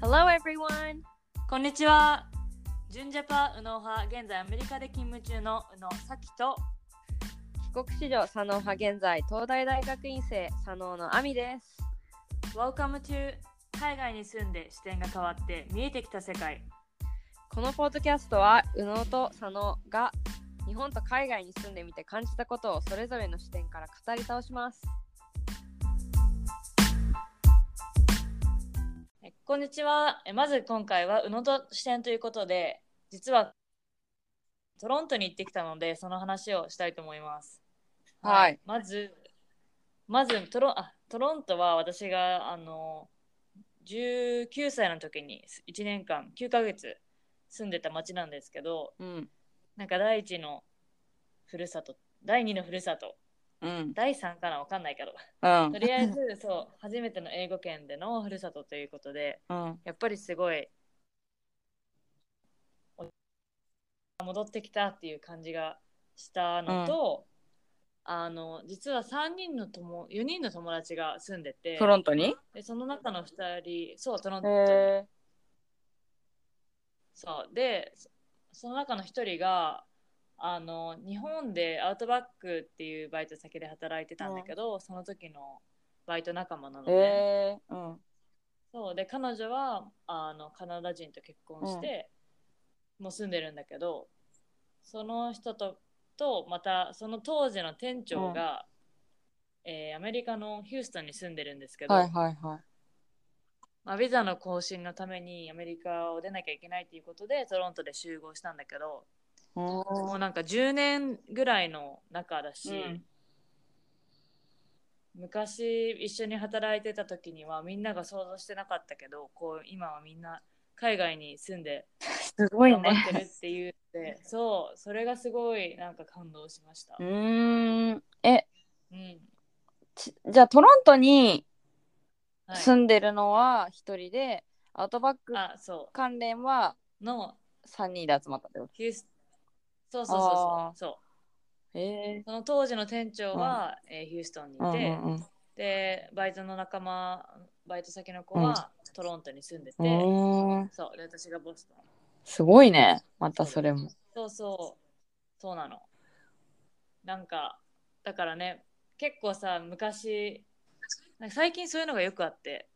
Hello everyone! こんにちは。純ジャパ右脳派、現在アメリカで勤務中の右脳さきと。帰国子女佐野派現在東大大学院生佐野の亜美です。 Welcome to 海外に住んで視点が変わって見えてきた世界。このポッドキャストは右脳と佐野が日本と海外に住んでみて感じたことをそれぞれの視点から語り倒します。えこんにちは。えまず今回は右脳と視点ということで、実はトロントに行ってきたので、その話をしたいと思います。はいまず、まずトロあトロントは私があの19歳の時に1年間9ヶ月住んでた町なんですけど、うんなんか第一のふるさと、第二のふるさと、うん第三かなわかんな いけど、うんとりあえずそう、初めての英語圏でのふるさとということで、うんやっぱりすごい、お戻ってきたっていう感じがしたのと、あの、実は三人の友、4人の友達が住んでて、ロントにでその中の2人、そう、トロンへトにえそうでそその中の一人があの日本でアウトバックっていうバイト先で働いてたんだけど、その時のバイト仲間なので、へえうんそうで彼女はあのカナダ人と結婚して、もう住んでるんだけどその人ととまたその当時の店長が、えーアメリカのヒューストンに住んでるんですけど、はいはいはいまあ、ビザの更新のためにアメリカを出なきゃいけないということでトロントで集合したんだけど、もうなんか10年ぐらいの仲だし、うん昔一緒に働いてた時にはみんなが想像してなかったけどこう今はみんな海外に住んですご頑張ってるっていう ので、そうそれがすごいなんか感動しましたう、ーんえうんちじゃあトロントにはい、住んでるのは一人で、アウトバックあそ関連はうの3人で集まったってこヒュースそうそうそうあーそうそうとへえその当時の店長は、えーヒューストンにいて、うんでバイトの仲間バイト先の子うんはトロントに住んでて、うんうんそうで私がボストンすごいねまたそれもそうそうそうなのなんかだからね結構さ昔なんか最近そういうのがよくあって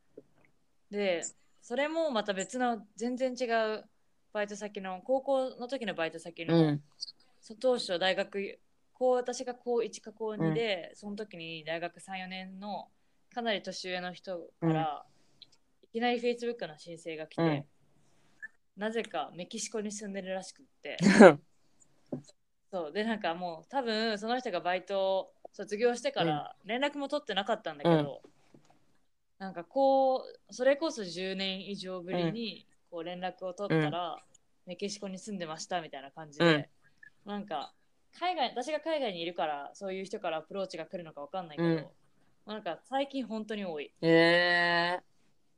でそれもまた別の全然違うバイト先の高校の時のバイト先の、 うんそう当初大学こう私が高1か高2で、その時に大学34年のかなり年上の人から、いきなり Facebook の申請が来て、うんなぜかメキシコに住んでるらしくってうんそうでなんかもう多分その人がバイトを卒業してから連絡も取ってなかったんだけど、なんかこうそれこそ10年以上ぶりにこう連絡を取ったら、メキシコに住んでましたみたいな感じで、なんか海外私が海外にいるからそういう人からアプローチが来るのかわかんないけど、うんなんか最近本当に多い。へえ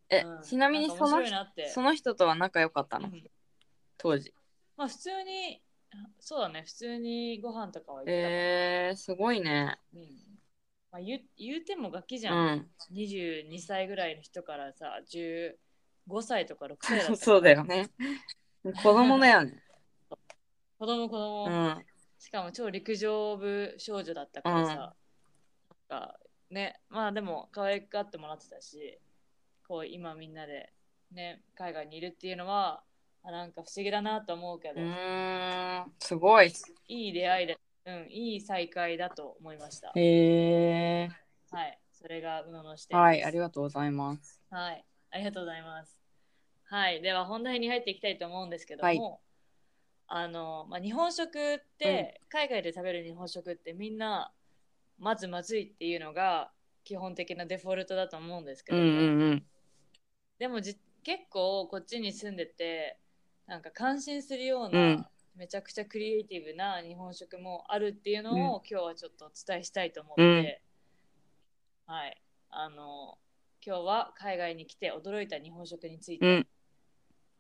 え、うんちなみにんそか面の白いなってその人とは仲良かったの、うん当時まあ普通にそうだね普通にご飯とかは行ったかなえー、すごいねうんまあ、言う言うてもガキじうゃん、ん22歳ぐらいの人からさ15歳とか6歳だっ たそうだよね子供だよ ね子供子供、うんしかも超陸上部少女だったからさ、なんかねまあでも可愛がってもらってたしこう今みんなでね海外にいるっていうのはあなんか不思議だなと思うけうど、ーんすごいいい出会いで、うん、いい再会だと思いました、へえはいそれが宇野の視点ですはいありがとうございますはい、ありがとうございます。はい、では本題に入っていきたいと思うんですけども、はいあの、まあ、日本食って、海外で食べる日本食ってみんなまずまずいっていうのが基本的なデフォルトだと思うんですけうどんも、うんうんでもじ結構こっちに住んでてなんか感心するよううな、んめちゃくちゃクリエイティブな日本食もあるっていうのを、今日はちょっとお伝えしたいと思って、はいあの今日は海外に来て驚いた日本食についてう話しん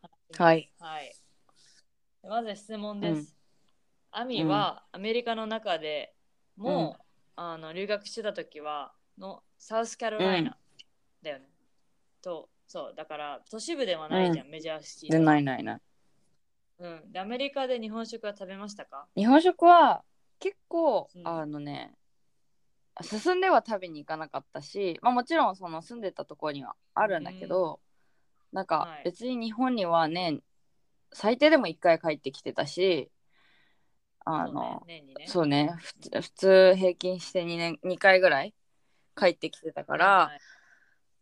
ます、はい、はい、でまず質問です、うんアミはアメリカの中でも、あの留学してた時はのサウスカロライナだよね、とそう、だから都市部ではないじゃん、メジャーシティで、ないないない。うん。で、アメリカで日本食は食べましたか日本食は結構、うんあのね進んでは食べに行かなかったし、まあ、もちろんその住んでたところにはあるんだけど、なんかはい別に日本にはね最低でも1回帰ってきてたしあのそうね、年にね。そうねふつ普通平均して2年2回ぐらい帰ってきてたから、はい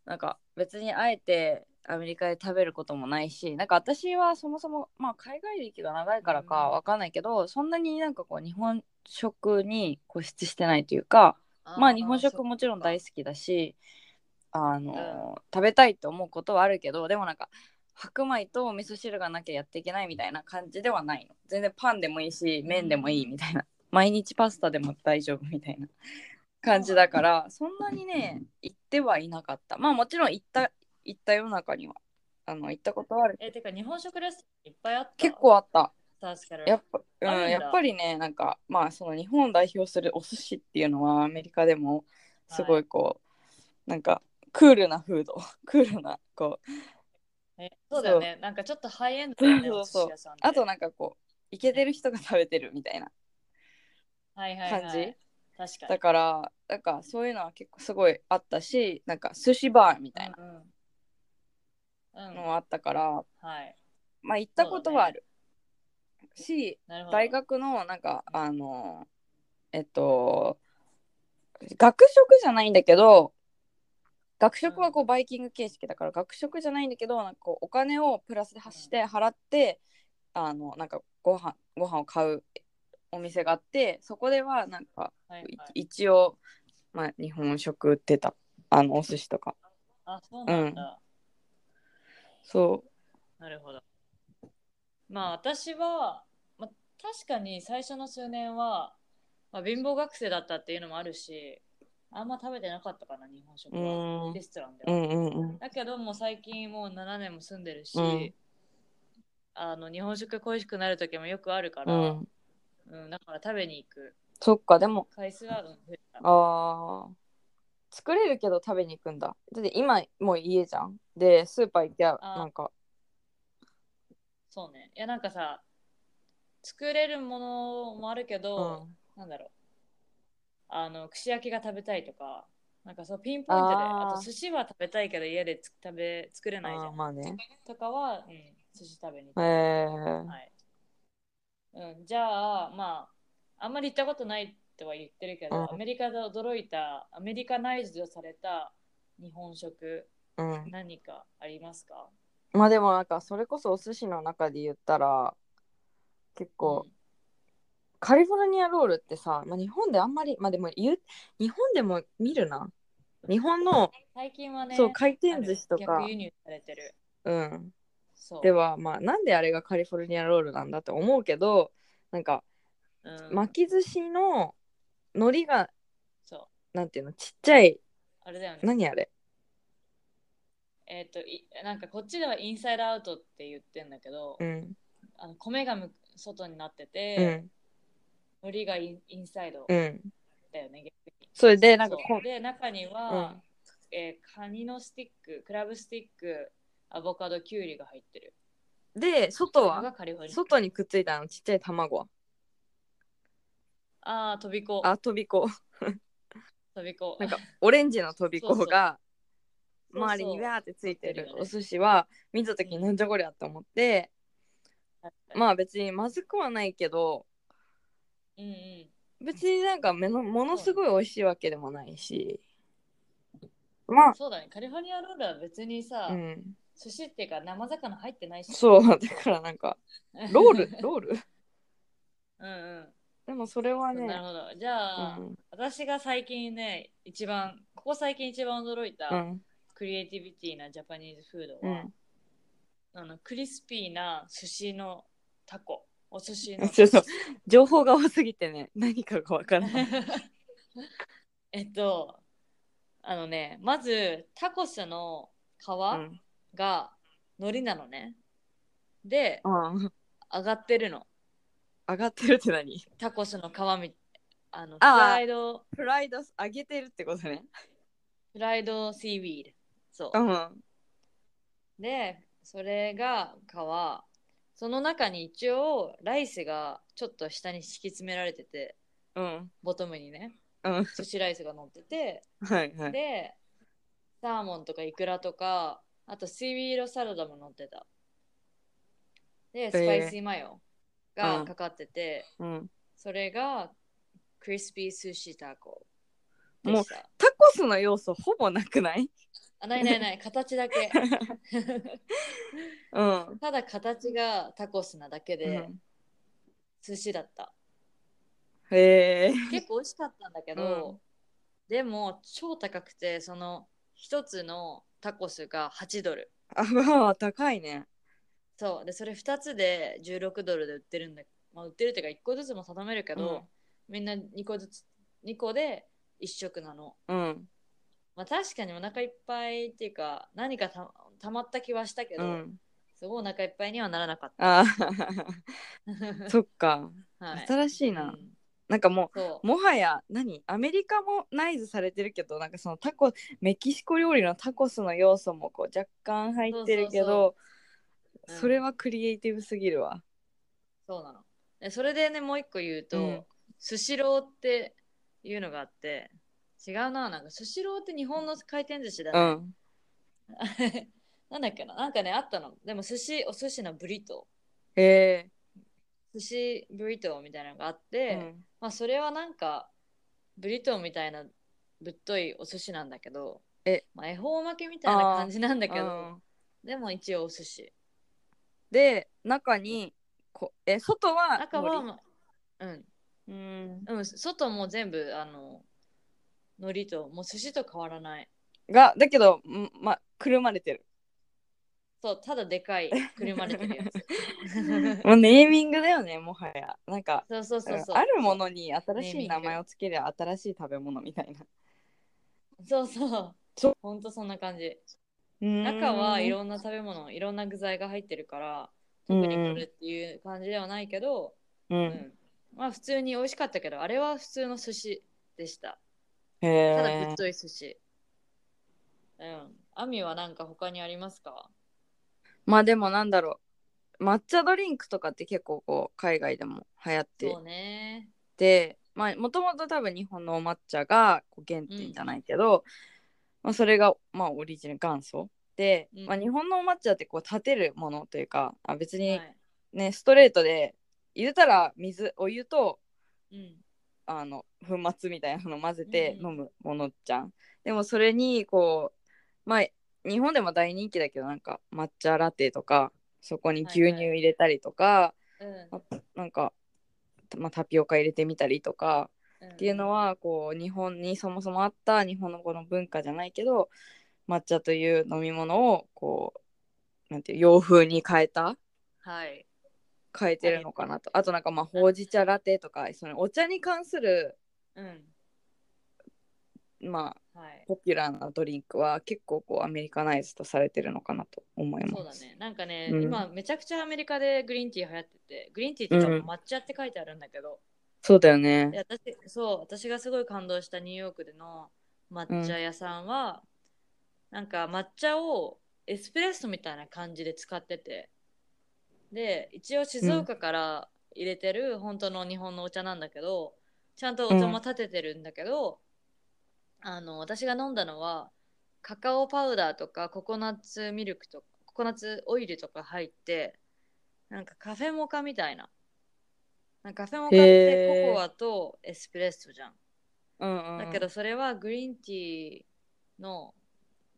なんか別にあえてアメリカで食べることもないしなんか私はそもそも、まあ、海外歴が長いからかうんわかんないけど、そんなになんかこう日本食に固執してないというかまあ日本食もちろん大好好きだしあの、食べたいと思うことはあるけどでもなんか白米とお味噌汁がなきゃやっていけないみたいな感じではないの全然パンでもいいし麺でもいいみたいな、毎日パスタでも大丈夫みたいな感じだからそんなにね行ってはいなかったまあもちろん行った行った世の中にはあの行ったことはあるえ、てか日本食レストランいっぱいあった。結構あった確かに。やっぱ、あるんうん、だやっぱりねなんかまあその日本を代表するお寿司っていうのはアメリカでもすごいこう、なんかクールなフード クールなこうねそうだよね。なんかちょっとハイエンドだよね。そうそうお寿司屋さんってあとなんかこうイケてる人が食べてるみたいなはいはいはい、感じ、確かに。だからなんかそういうのは結構すごいあったしなんか寿司バーみたいうん、う。なんのうん、もあったから、はい。まあ行ったことはある、しなるほど。大学のなんかあのえっと学食じゃないんだけど学食はこうバイキング形式だから学食じゃないんだけどなんかこうお金をプラスで発して払ってあのなんかご飯ご飯を買うお店があってそこではなんかはいはいい一応、まあ、日本食売ってたあのお寿司とかあ、そうなんだ。そなるほど。まあ私は、まあ、確かに最初の数年は、まあ、貧乏学生だったっていうのもあるし、あんま食べてなかったかな、日本食ううは。んレストランでうは。んうんうんだけどもう最近もう7年も住んでるし、うんあの日本食恋しくなる時もよくあるから、ううんんだから食べに行くそっかでも回数はうん増えた。あー作れるけど食べに行くんだだって今もう家じゃんでスーパー行きゃあーなんかそうね。いやなんかさ、作れるものもあるけうど、んなんだろうあの串焼きが食べたいとかなんかそうピンポイントでああーと寿司は食べたいけど家でつ食べ作れないじゃあーんまあねとかは、うん、寿司食べに行へったえはいうん、じゃあまああんまり行ったことないとは言ってるけど、うんアメリカで驚いたアメリカナイズされた日本食うん何かありますかまあでもなんかそれこそお寿司の中で言ったら結構、カリフォルニアロールってさ、まあ、日本であんまりまあでも言う日本でも見るな日本の、うん最近はねそう回あ転る寿司とか逆輸入されてるうんそうではまあなんであれがカリフォルニアロールなんだって思うけどなんかうん巻き寿司の海苔がそうなんていうのちっちゃいあれだよね何あれえっ、といなんかこっちではインサイドアウトって言ってんだけど、うんあの米がむ外になってうて、ん海苔がインインサイドうんだよね、逆にそれでなんかそうこで中にうはん、えーカニのスティッククラブスティックアボカドキュウリが入ってるで外のがはカリフォルニア外にくっついたあのちっちゃい卵はああ飛び子あ飛び子飛び子なんかオレンジの飛び子がそうそう周りにわーってついてそうるそうお寿司は見た時になんじゃこりゃって思ってまあ別にまずくはないけどうんうん別になんかめのものすごい美味しいわけでもないしまそうだねカリフォルニアロールは別にさ、あうん寿司っていうか生魚入ってないしそうだからなんかロールロール うんうんでもそれはそうなるねほどじゃあ、うん私が最近ね一番ここ最近一番驚いうたんクリエイティビティなジャパニーズフードうは、んあのクリスピーな寿司のタコお寿司の そうそう情報が多すぎてね 何かがわからない。 えっとあのねまずタコスの皮うんが海苔なのね、でうん、揚がってるの上がってるって何タコスの皮みあのフあーライドフライド揚げてるってことね。フライドシーウィードそううん。でそれがかはその中に一応ライスがちょっと下に敷き詰められててうんボトムにねうん寿司ライスが乗っててはいはいでサーモンとかイクラとかあとシーウィードサラダも乗ってたでスパイシーマヨうがんかかってて、うんそれがクリスピー寿司タコでもうしたタコスの要素ほぼなくないあないないない形だけうんただ形がタコスなだけうでん寿司だった、へえ 結構美味しかったんだけど、でも超高くてその一つのタコスが8ドルあまあ高いねそうでそれ2つで16ドルで売ってるんだ、まあ、売ってるっていうか1個ずつも定めるけど、みんな2個ずつ2個で1食なのうんまあ確かにお腹いっぱいっていうか何かたたまった気はしたけうど、んすごいお腹いっぱいにはならな かった、あー そっかはい、新しいうなんなんかもそううもはや何アメリカもナイズされてるけどなんかそのタコメキシコ料理のタコスの要素もこう若干入ってるけどそうそうそううんそれはクリエイティブすぎるわそうなの。でそれでね、もう一個言ううとん、スシローっていうのがあって、違うな、なんかスシローって日本の回転寿司だうね。ん なんだっけな、なんかね、あったの。でも寿司、お寿司のブリトへー、寿司ブリトーみたいなのがあっえて、まあそれはなんか、ブリトーみたいなぶっといお寿司なんだけど、えまあ、恵方巻きみたいな感じなんだけうどん、でも一応お寿司。で中にこえ外は中は、まあうん、海苔うんうん、外も全部あの海苔ともう寿司と変わらないがだけどんまくるまれてるそうただでかいくるまれ てるやつもうネーミングだよねもはやなんかそうそうそうそうあるものに新ネーミしンいグ名前をつけりゃ新しい食べ物みたいなそうそうそうほんとそんな感じ中中はいろんな食べ物いろんな具材が入ってるからうん特にこれっていう感じではないけど、うんう、ん、まあ普通に美味しかったけどあれは普通の寿司でしたへただぶえっとい寿司うんアミはなんか他にありますかまあでもなんだろう抹茶ドリンクとかって結構こう海外でも流行っていそうねてまあもともと多分日本のお抹茶がこう原点じゃないけど、まあ、それがまあオリジナル元祖で、うんまあ、日本のお抹茶ってこう立てるものというかあ別はにい、ね、ストレートで入れたら水お湯とうんあの粉末みたいなの混ぜてうん飲むものじゃん、でもそれにこうまあ日本でも大人気だけどなんか抹茶ラテとかそこに牛乳入れたりとか、うんあなんか、まあ、タピオカ入れてみたりとかうん、っっていうのはこう日本にそもそもあった日本のこの文化じゃないけど抹茶という飲み物をこうなんていう洋風に変えたはい変えてるのかなとあとなんかまあほうじ茶ラテとかそのお茶に関するうん。まあはい。ポピュラーなドリンクは結構こうアメリカナイズとされてるのかなと思いますそうだね。なんかね、うん今めちゃくちゃアメリカでグリーンティー流行ってて、グリーンティーって多分抹茶って書いてあるんだけど、そうだよねで私そう私がすごい感動したニューヨークでの抹茶屋さんは、なんか抹茶をエスプレッソみたいな感じで使ってて、で一応静岡から入れてる本当の日本のお茶なんだけど、ちゃんとお茶も立ててるんだけど、あの私が飲んだのはカカオパウダーとかココナッツミルクとかココナッツオイルとか入ってなんかカフェモカみたいななんかカフェモカっへてーココアとエスプレッソじゃん、うんうんだけどそれはグリーンティーの、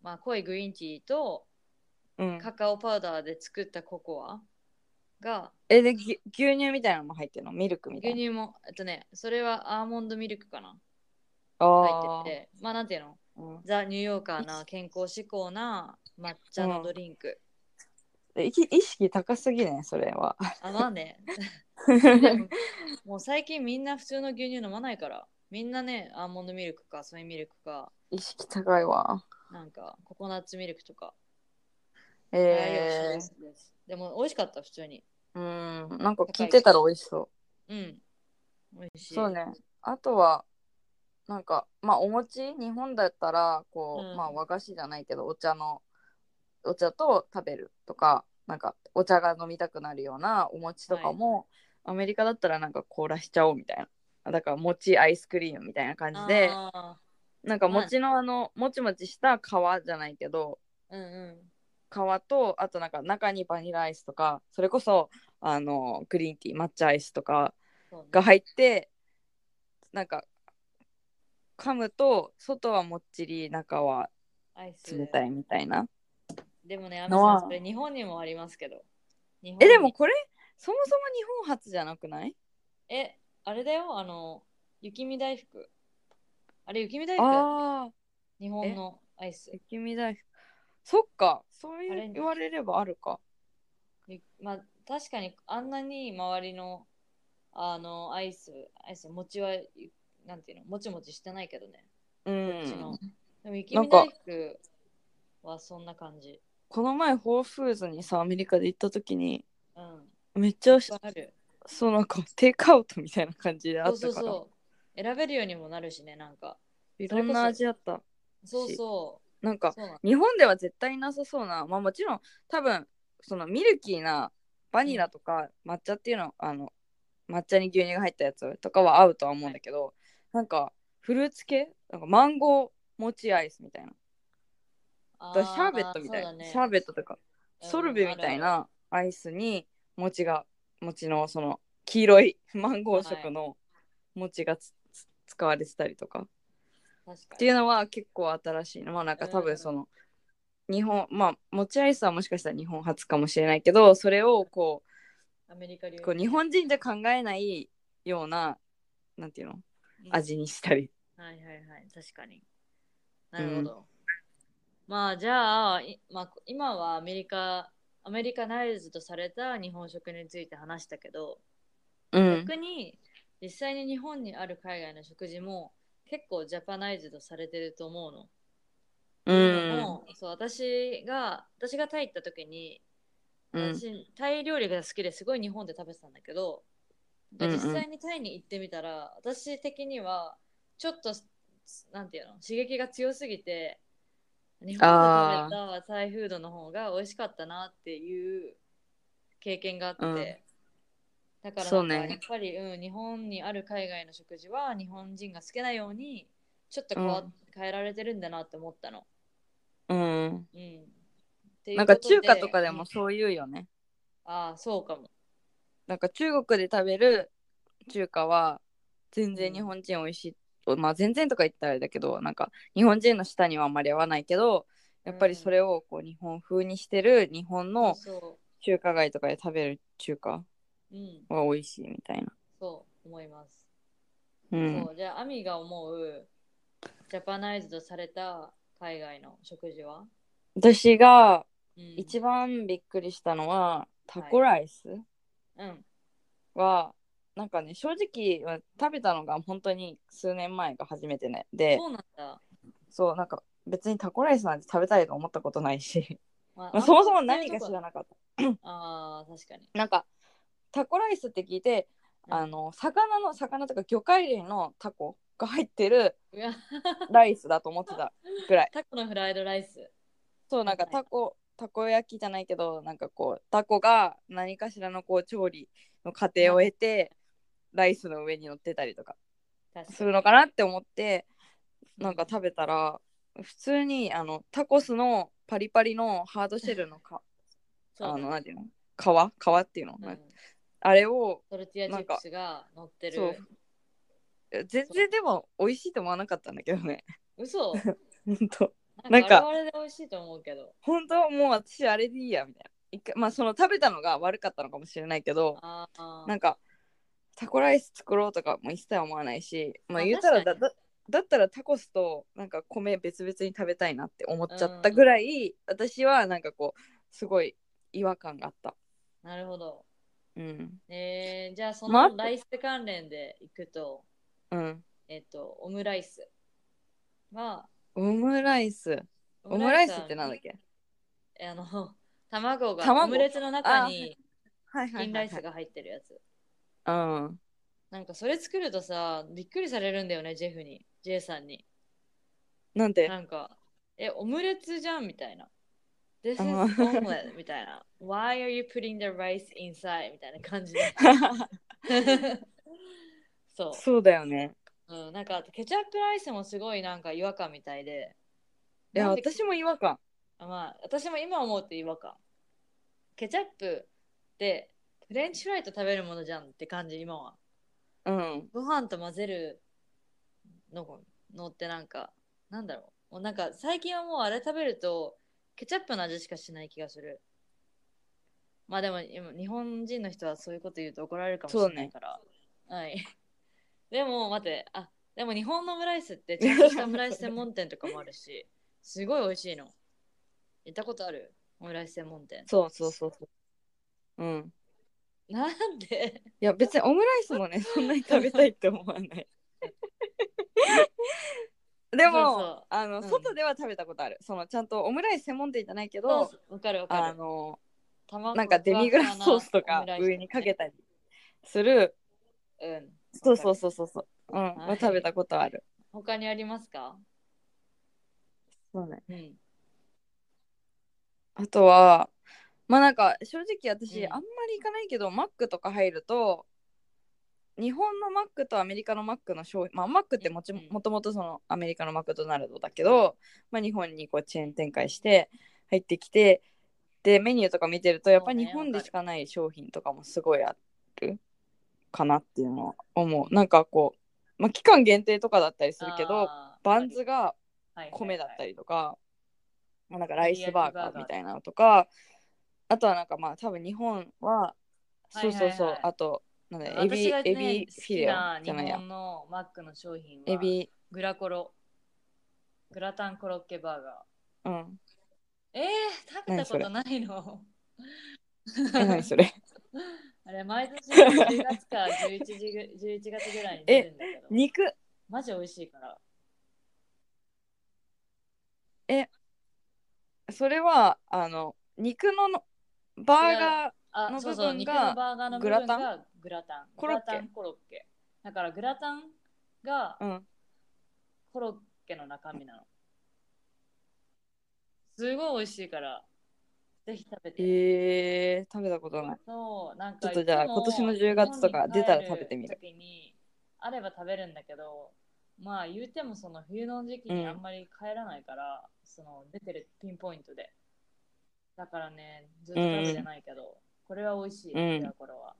まあ、濃いグリーンティーとうんカカオパウダーで作ったココアがえでぎ牛乳みたいなのも入ってるのミルクみた牛いな乳もえっとねそれはアーモンドミルクかな入あっててまあなんていうのーうんザ・ニューヨーカーな健康志向な抹茶のドリンク。でいき意識高すぎねそれは あ、まあね。 でももう最近みんな普通の牛乳飲まないから、みんなね、アーモンドミルクか、ソイミルクか、意識高いわなんかココナッツミルクとか。ああいうえのですでも美味しかった、普通に。ー、うんなんか聞いてたら美味しそううん。美味しい。そうね。あとは、なんか、まあ、お餅、日本だったら、こう、うんまあ、和菓子じゃないけど、お茶の、お茶と食べるとかなんかお茶が飲みたくなるようなお餅とかも、アメリカだったらなんか凍らしちゃおうみたいなだから餅アイスクリームみたいな感じであなんか餅のあの、もちもちした皮じゃないけどーうんうん皮とあとなんか中にバニラアイスとかそれこそあのグリーンティー抹茶アイスとかそうねが入ってなんか噛むと外はもっちり中はアイス冷たいみたいなでもね、アメのはさん、それ日本にもありますけど。日本にえでも、これそもそも日本初じゃなくないえ、あれだよ、あの、雪見大福。あれ、雪見大福だっああけ日本のアイス。雪見大福そっかそうアレいンうジ言われればあるかゆまあ、確かに、あんなに周りの、あの、アイス、アイス、餅は、ゆなんていうの、もちもちしてないけどね。うこっちの。んでも、雪な見んか大福はそんな感じ。この前ホールフーズにさアメリカで行った時にうん。めっちゃいっぱいある。そうなんかテイクアウトみたいな感じであそっうたかそらうそう。選べるようにもなるしね、なんか。いろんな味あったそうそう。なんかそうなの日本では絶対なさそうなまあもちろん多分そのミルキーなバニラとか抹茶っていうの,、あの抹茶に牛乳が入ったやつとかは合うとは思うんだけど、なんかフルーツ系なんかマンゴー餅アイスみたいなあだからシャーベットみたいそな、うだねシャーベットとかうんソルベみたいあなアイスに餅が餅のその黄色い マンゴーは色いの餅がつつ使われてたりとかるあるっ確かてにいうのは結構新しいのまあなんか多分その、日本まあ持ちアイスはもしかしたら日本初かもしれないけどそれをこアメリカ流うこう日本人じゃ考えないようななんていうのうん味にしたりはいはいはい確かになるほど、まあじゃあ、いまあ、今はアメリカアメリカナイズとされた日本食について話したけど、うん逆に実際に日本にある海外の食事も結構ジャパナイズとされてると思うのうでんもそう私が私がタイ行った時にうん私、タイ料理が好きですごい日本で食べてたんだけど、うんうん実際にタイに行ってみたら私的にはちょっとなんていうの刺激が強すぎて日本で食べあたタイフードの方が美味しかったなっていう経験があって、うんだからそうなんねかやっぱり、うん、日本にある海外の食事は日本人が好きなようにちょっと変わ、うん変えられてるんだなって思ったの。うんうん、っていうなんこかと中華とかでうもんそういうよねああそうかも。なんか中国で食べる中華は全然日本人美味しい、まあ全然とか言ったらあれだけどなんか日本人の舌にはあまり合わないけどやっぱりそれをこう日本風にしてる日本のそうそう中華街とかで食べる中華うん、は美味しいみたいな。そう思います。うんそうじゃあ、アミが思うジャパナイズドされた海外の食事は、私がうん、一番びっくりしたのはタコライスうん。はなんかね正直食べたのが本当に数年前が初めてねでそうなんだ。そうなんか別にタコライスなんて食べたいと思ったことないし、ま まあ、そもそも何か知らい。なかったああ、確かに。 なんかタコライスって聞いてうんあの魚の魚とか魚介類のタコが入ってるうわライスだと思ってたぐらいタコのフライドライス。そうなんかはいはいタコたこ焼きじゃないけどなんかこうタコが何かしらのこう調理の過程を経てライスの上に乗ってたりとか確すかに。るのかなって思ってなんか食べたら普通にあのタコスのパリパリのハードシェルのか そうあだのね何ていうの皮皮っていうの、うん、あれをトルティアチップスが乗ってそるう。全然でも美味しいと思わなかったんだけどね 嘘本当ななんんかか我々で美味しいと思うけど。本当もう私あれでいいやみたいな一回まあその食べたのが悪かったのかもしれないけどああ。なんかタコライス作ろうとかも一切思わないし、まああ、言ったらだ確かだだったらタコスとなんか米別々に食べたいなって思っちゃったぐらい、私はなんかこうすごい違和感があった。なるほど。うんえー、じゃあ、そまあのライス関連でいくと、うん、えっと、オムライスは、オムライスオムライスってなんだっけあの 卵が卵オムレツの中にはいチキンライスが入ってるやつ、うんなんかそれ作るとさびっくりされるんだよねジェフに J さんになんでなんかえオムレツじゃんみたいな This is あの omelet みたいな。Why are you putting the rice inside? みたいな感 じで。そそうだよね。う、うん。なんかケチャップライスもすごいなんか違和感みたいで。いや、なんで私も違和感。まあ、私も今思うと違和感。ケチャップってフレンチフライと食べるものじゃんって感じ、今は。うん。ご飯と混ぜるのがのってなんか、なんだろう。もうなんか最近はもうあれ食べるとケチャップの味しかしない気がする。まあでも今日本人の人はそういうこと言うと怒られるかもしれないから。はい。 でも待って、あでも日本のオムライスってちゃんとしたオムライス専門店とかもあるし、すごい美味しいの。行ったことあるオムライス専門店。 そうそうそうそう。うん。なんでいや、別にオムライスもね、そんなに食べたいって思わ ない。でもそうそうあの、うん外では食べたことあるそのちゃんとオムライス専門店じゃないけどそう わかるわかある。の卵なんかデミグラスソースとか上にかけて。たりするうん。そうそうう。そうそうそううん、はいは食べたことある他にありますかそうねうん。あとはまあなんか正直私、うんあんまり行かないけどマックとか入ると日本のマックとアメリカのマックの商品まあマックってもちうんもうんともとそのアメリカのマクドナルドだけど、まあ、日本にこうチェーン展開して入ってきてでメニューとか見てるとやっぱそうね日本でしかない商品とかもすごいあるかなっていうのは思うなんかこう、まあ、期間限定とかだったりするけどあーバンズが米だった。りとか、まあなんかライスバーガーみたいなのとか、あとはなんかまあ多分日本は、いそうそうそう、はいはいあと、なんだよエ私ビ、が、ね、エビフィレ好オきじゃなない日や、本のマックの商品はエビ、グラコロ。グラタンコロッケバーガうん、ー。えー、食べたことな いの。え、何そ れ。あれ、毎年10月か11時ぐ ,11 月ぐらいに出るんだけど、肉、マジ美味しいから。それは、あの、肉ののバーガー、あ、のそう部そう、分肉がのバーガーのグ部分ラがタグラタン。コロッケグラタンコロッケ。だからグラタンがうん、コロッケの中身なの。すごい美味しいから、ぜひ食べて。えー、食べたことない。そう、なんかちょっとじゃあいつも今年の10月とか出たら食べてみる日本に帰時にあれば食べるんだけど、まあ言うてもその冬の時期にあんまり帰らないから、その出てるピンポイントで。だからね、ずっと食べてないけど、これは美味しい、うんじゃあこれは。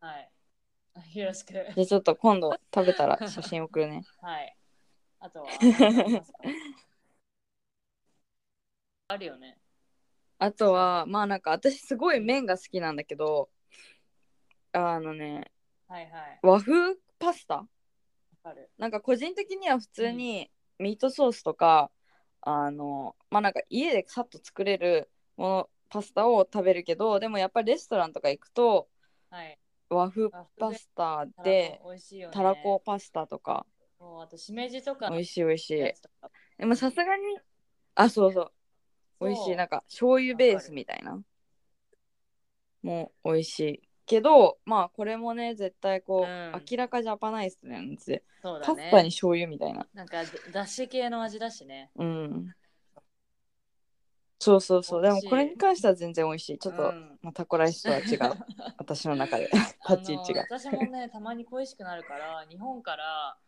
はい。よろしく。じゃあちょっと今度食べたら写真送る ね。はい。あとは何かあり ますかあるよね。あとは、まあなんか私すごい麺が好きなんだけど、あのね、はいはい。和風パスタわかる。なんか個人的には普通にミートソースとか、あのまあなんか家でさっと作れるものパスタを食べるけどでもやっぱりレストランとか行くとはい。和風和風パスタでで美味しいよね。たらこパスタとかもうあとしめじとか美の味しい美味しいやつとか。でもさすがにあそうそう美味しいなんか醤油ベースみたいなもう美味しいけどまあこれもね絶対こう、うん明らかジャパナイズなんですよそうだパね。スタに醤油みたいななんかだし系の味だしね。うん。そうそうそう。で美味もしいこれに関しては全然美味しい。ちょっと、うんまあ、タコライスとは違 う。私の中で。立ち位置があ。の私もね、たまに恋しくなるから、日本から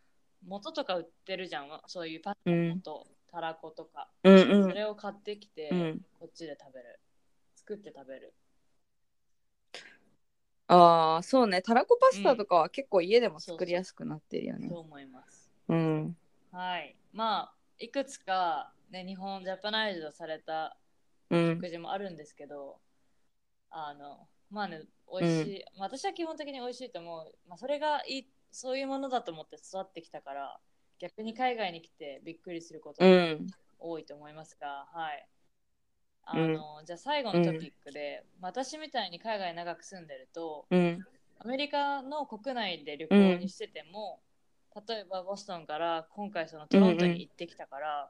元とか売ってるじゃん。そういうパスうタん。とたらことか。うんうそん。れを買ってきて、うんこっちで食べる。作って食べる。ああ、そうね。たらこパスタとかは結構家でも作りやすくなってるよねと。思います。うん。はい。まあ、いくつか、ね、日本ジャパナイズドされたうん。食事もあるんですけど、あの、まあね、美味しい、まあ私は基本的に美味しいと思う。まあ、それがいい、そういうものだと思って育ってきたから、逆に海外に来てびっくりすることうがん。多いと思いますが、はい。あうんの、じゃあ最後のトピックで、まあ私みたいに海外長く住んでると、うん。アメリカの国内で旅行にしてても、例えばボストンから今回そのトロントに行ってきたから、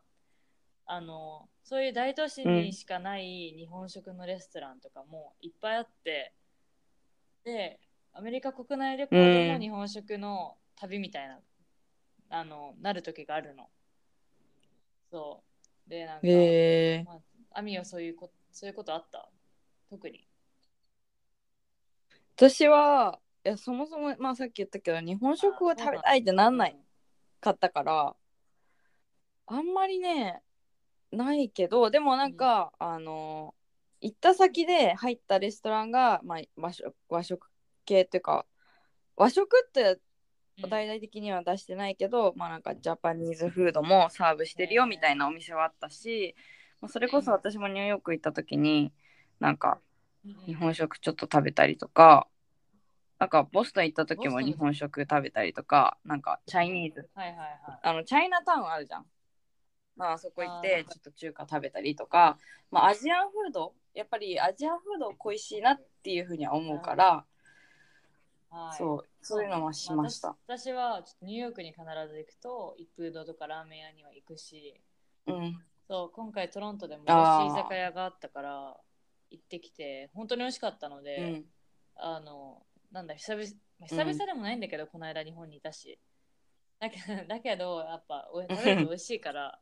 あのそういう大都市にしかない日本食のレストランとかもいっぱいあってでアメリカ国内旅行でうもん日本食の旅みたいな、あのなる時があるの。そうでなんか、へえまあアミはそういうこそういうことあった特に。私はいやそもそも、まあ、さっき言ったけど日本食を食べたいってなんないかったからあんまりねないけどでもなんか、あの行った先で入ったレストランが、まあ、和食和食系っていうか和食ってうん。大々的には出してないけど、まあなんかジャパニーズフードもサーブしてるよねみたいなお店はあったし、まあ、それこそ私もニューヨーク行った時になんかうん日本食ちょっと食べたりとかなんかボストン行った時も日本食食べたりとかなんかチャイニーズはいはいはあのチャイナタウンあるじゃん。まあそこ行っあてーちょっと中華食べたりとか、まあ、アジアンフードやっぱりアジアンフード恋しいなっていうふうには思うから、い。はい、そうそういうのはしました。私はちょっとニューヨークに必ず行くと一風堂とかラーメン屋には行くしうん、そう今回トロントでも美あー味しい居酒屋があったから行ってきて本当に美味しかったので、うんあのなんだ久々久々でもないんだけど、この間日本にいたしだけ だけどやっぱお食べると美味しいから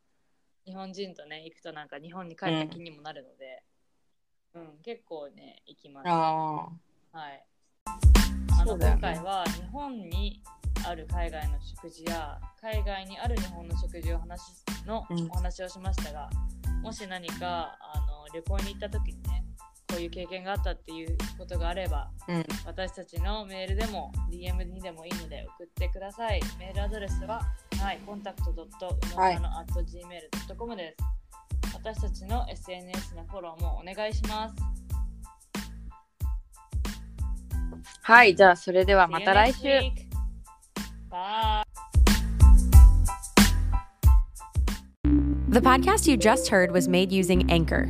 日本人とね行くとなんか日本に帰った気にもなるので、うん結構ね行きます。ああはい。あその、うだよ今ね回は日本にある海外の食事や海外にある日本の食事を話しのうんお話をしましたが、もし何かあの旅行に行った時にねこういう経験があったっていうことがあればうん私たちのメールでも DM にでもいいので送ってくださいメールアドレスははい、コンタクト .umano.gmail.com、はい gmail.com です私たちの SNS のフォローもお願いしますはい、じゃあそれではままたた来来週週。。 The podcast you just heard was made using Anchor.